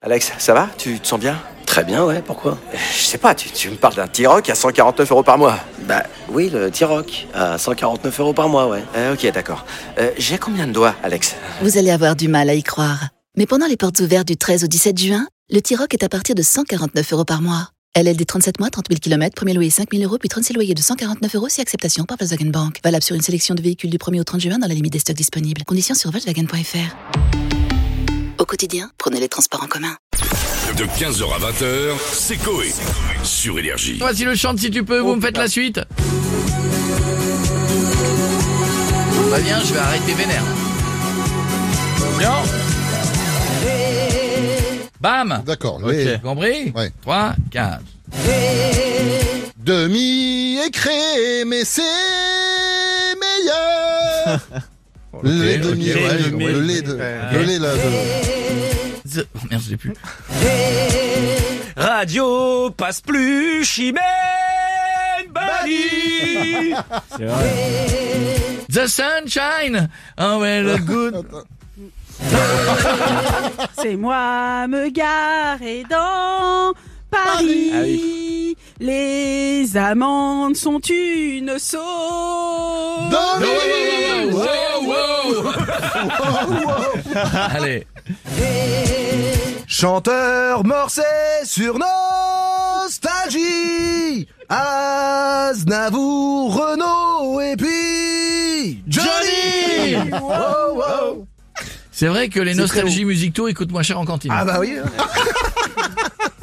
Alex, ça va Tu te sens bien Euh, Très bien, ouais, pourquoi Je sais pas, tu, tu me parles d'un T-Rock à 149 euros par mois. Bah oui, le T-Rock, à 149 euros par mois, ouais. Euh, ok, d'accord. Euh, J'ai combien de doigts, Alex Vous allez avoir du mal à y croire. Mais pendant les portes ouvertes du 13 au 17 juin, le T-Rock est à partir de 149 euros par mois. LLD 37 mois, 30 000 km, premier loyer 5 000 euros, puis 36 loyers de 149 euros si acceptation par Volkswagen Bank. Valable sur une sélection de véhicules du 1er au 30 juin dans la limite des stocks disponibles. Conditions sur Volkswagen.fr. Au quotidien, prenez les transports en commun. De 15h à 20h, c'est Coé. Sur Énergie. Voici le chante si tu peux, vous me faites la suite. Pas bien, Bah, je vais arrêter vénère. Non Bam D'accord. Ok, Les compris Ouais. 3, 15. demi écrés, mais c'est meilleur. le lait ok, demi, ouais, ouais, j'ai le lait de, le lait là. de- The- Oh merde, je l'ai plus. Radio passe plus, Chimène Badi The Sunshine Oh well, good. C'est moi me garer dans Paris. Ah Les amandes sont une sauce. Demi. Wow, wow. Allez, Chanteur morcé sur Nostalgie Aznavour, Renault et puis Johnny Oh, oh. c'est vrai que les nostalgies musicaux ils coûtent moins cher en cantine. Ah bah oui hein.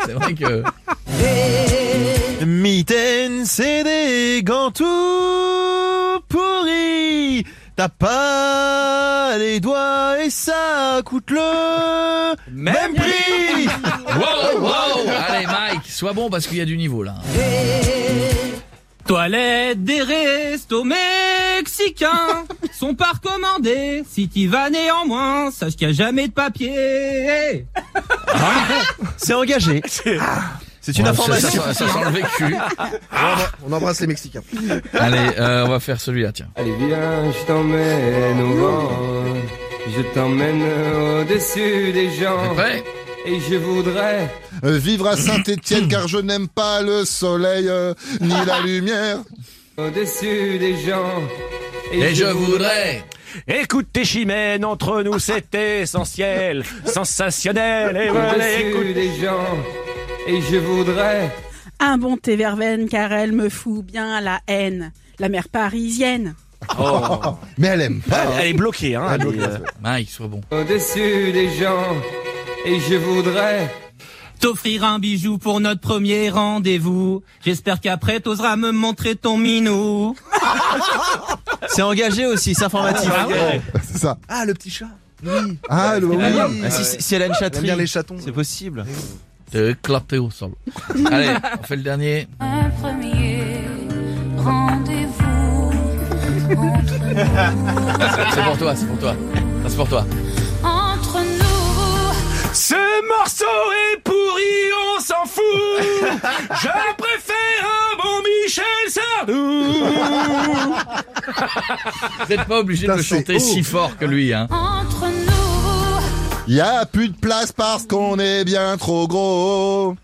C'est vrai que. Mitaine, c'est des gants tout pourris. T'as pas les doigts et ça coûte le même prix. Wow, wow. Allez, Mike, sois bon parce qu'il y a du niveau là. Toilette des restos mexicains sont pas recommandés. Si t'y vas néanmoins, sache qu'il y a jamais de papier. C'est engagé. C'est une Ouais, information. Ça, ça- ça sent le vécu. Ah. On embrasse les Mexicains. Allez, euh, on va faire celui-là, tiens. Allez viens, je t'emmène au vent, je t'emmène au-dessus des Oh. gens, Prêt et je voudrais... Euh, vivre à Saint-Étienne car je n'aime pas le soleil euh, ni la lumière. Au-dessus des gens, Et je voudrais. Écoute tes chimènes, entre nous c'est essentiel, sensationnel, et Au-dessus des gens, et je voudrais... Un bon thé verveine car elle me fout bien la haine. La mer parisienne. Mais elle aime pas. Elle est bloquée, hein. elle est, euh, Mike, sois bon. Au-dessus des gens, et je voudrais... T'offrir un bijou pour notre premier rendez-vous. J'espère qu'après t'oseras me montrer ton minou. C'est engagé aussi, c'est informatif. Ah, C'est ça. Ah le petit chat Oui Ah, le- oui. si, si- si elle a une J'aime chatterie, bien les chatons c'est possible. Te clapper au sol. Allez, on fait le dernier. Un premier rendez-vous entre C'est pour toi, c'est pour toi. Ça, c'est pour toi. nous. Entre nous. Ce morceau est pourri, on s'en fout. Je préfère un bon Michel Sardou. Vous n'êtes pas obligé de Putain, le c'est chanter haut. si fort que lui, hein. Entre nous. Y a plus de place parce qu'on est bien trop gros.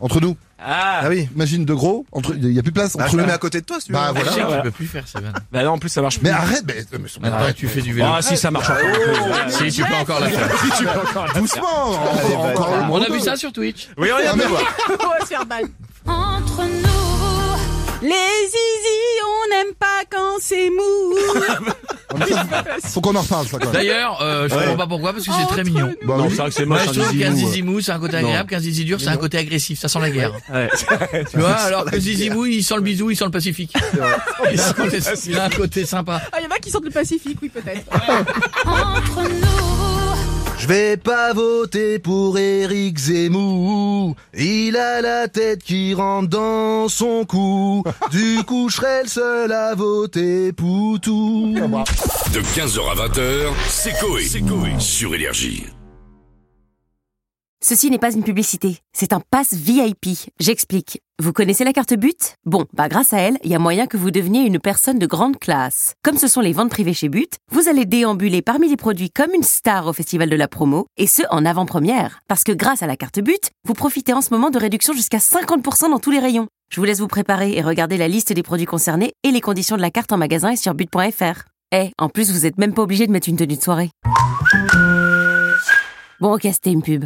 Entre nous. Ah oui Imagine de gros. Entre. Y a plus de place Bah, entre Je le nous. mets à côté de toi si tu Bah, veux. Je sais voilà. que tu peux plus faire, Seven. Bah non, en plus ça marche Ah, Mais arrête. Mais, mais son- Maintenant que tu fais du vélo. si ça marche. si, tu peux encore la faire. doucement. Encore, encore le On a monde. vu ça sur Twitch. Oui, regarde. mais- On va se faire balle. Entre nous. Les zizi, on n'aime pas quand c'est mou. Faut qu'on en reparle ça quand même. D'ailleurs, euh, je comprends pas pourquoi, parce que c'est très Entre mignon. Bah oui. que c'est Moi, je trouve qu'un zizi mou, c'est un côté agréable, qu'un zizi dur, c'est un côté agressif. Ça sent la guerre. Tu vois, alors que zizi mou, il sent le bisou, il sent le Pacifique. Il a un côté- il a un côté sympa. Ah, il y en a qui sortent du Pacifique, oui, peut-être. Entre nous. Je vais pas voter pour Eric Zemmour. Il a la tête qui rentre dans son cou. Du coup, je serai le seul à voter pour tout. De 15h à 20h, c'est Coé. Sur Énergie. Ceci n'est pas une publicité, c'est un pass VIP. J'explique. Vous connaissez la carte But Bon, bah grâce à elle, il y a moyen que vous deveniez une personne de grande classe. Comme ce sont les ventes privées chez But, vous allez déambuler parmi les produits comme une star au festival de la promo et ce en avant-première parce que grâce à la carte But, vous profitez en ce moment de réductions jusqu'à 50% dans tous les rayons. Je vous laisse vous préparer et regarder la liste des produits concernés et les conditions de la carte en magasin et sur but.fr. Eh, en plus, vous êtes même pas obligé de mettre une tenue de soirée. Bon, ok, c'était une pub.